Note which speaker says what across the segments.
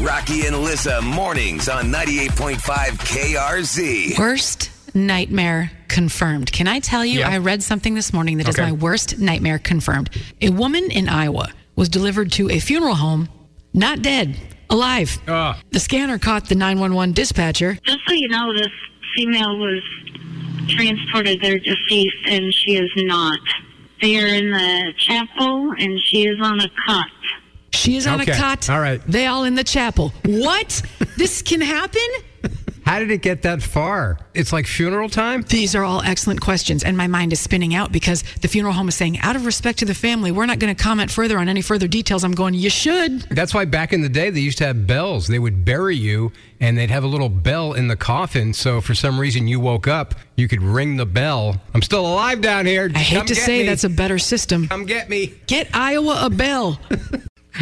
Speaker 1: Rocky and Alyssa mornings on 98.5 KRZ.
Speaker 2: Worst nightmare confirmed. Can I tell you?
Speaker 3: Yeah.
Speaker 2: I read something this morning that is
Speaker 3: Okay.
Speaker 2: my worst nightmare confirmed. A woman in Iowa was delivered to a funeral home, not dead, alive.
Speaker 3: Ah.
Speaker 2: The scanner caught the 911 dispatcher.
Speaker 4: Just so you know, this female was transported. They're deceased, and she is not. They are in the chapel, and she is on a cot.
Speaker 2: She is on
Speaker 3: Okay.
Speaker 2: a cot.
Speaker 3: All right.
Speaker 2: They all in the chapel. What? this can happen?
Speaker 3: How did it get that far? It's like funeral time?
Speaker 2: These are all excellent questions, and my mind is spinning out because the funeral home is saying, out of respect to the family, we're not going to comment further on any further details. I'm going, you should.
Speaker 3: That's why back in the day they used to have bells. They would bury you and they'd have a little bell in the coffin. So if for some reason you woke up, you could ring the bell. I'm still alive down here.
Speaker 2: I hate
Speaker 3: Come
Speaker 2: to
Speaker 3: get
Speaker 2: say
Speaker 3: me.
Speaker 2: that's a better system.
Speaker 3: Come get me.
Speaker 2: Get Iowa a bell.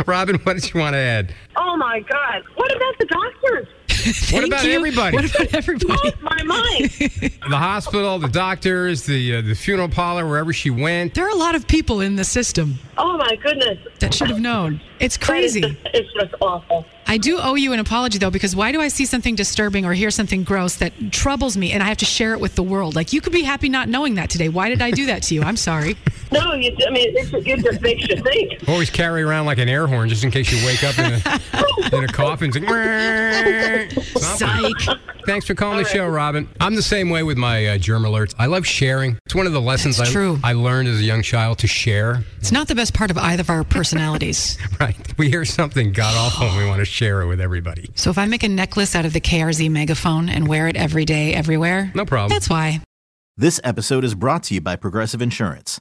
Speaker 3: Robin, what did you want to add?
Speaker 5: Oh my God. What about the doctors?
Speaker 2: Thank
Speaker 3: about
Speaker 2: you.
Speaker 3: everybody?
Speaker 2: What about everybody?
Speaker 5: My mind.
Speaker 3: The hospital, the doctors, the uh, the funeral parlor, wherever she went.
Speaker 2: There are a lot of people in the system
Speaker 5: Oh my goodness.
Speaker 2: that should have known. It's
Speaker 5: That is
Speaker 2: crazy.
Speaker 5: just- it's just awful.
Speaker 2: I do owe you an apology though, because why do I see something disturbing or hear something gross that troubles me and I have to share it with the world? Like you could be happy not knowing that today. Why did I do that to you? I'm sorry.
Speaker 5: No, you, I mean, it, it just makes you think.
Speaker 3: Always carry around like an air horn just in case you wake up in a, in a coffin. It's like, Something.
Speaker 2: Psych.
Speaker 3: Thanks for calling the show, Robin. I'm the same way with my uh, germ alerts. I love sharing. It's one of the lessons
Speaker 2: That's
Speaker 3: I,
Speaker 2: true.
Speaker 3: I learned as a young child to share.
Speaker 2: It's not the best part of either of our personalities.
Speaker 3: Right. We hear something god awful and we want to share it with everybody.
Speaker 2: So if I make a necklace out of the KRZ megaphone and wear it every day, everywhere,
Speaker 3: No problem.
Speaker 2: that's why.
Speaker 6: This episode is brought to you by Progressive Insurance.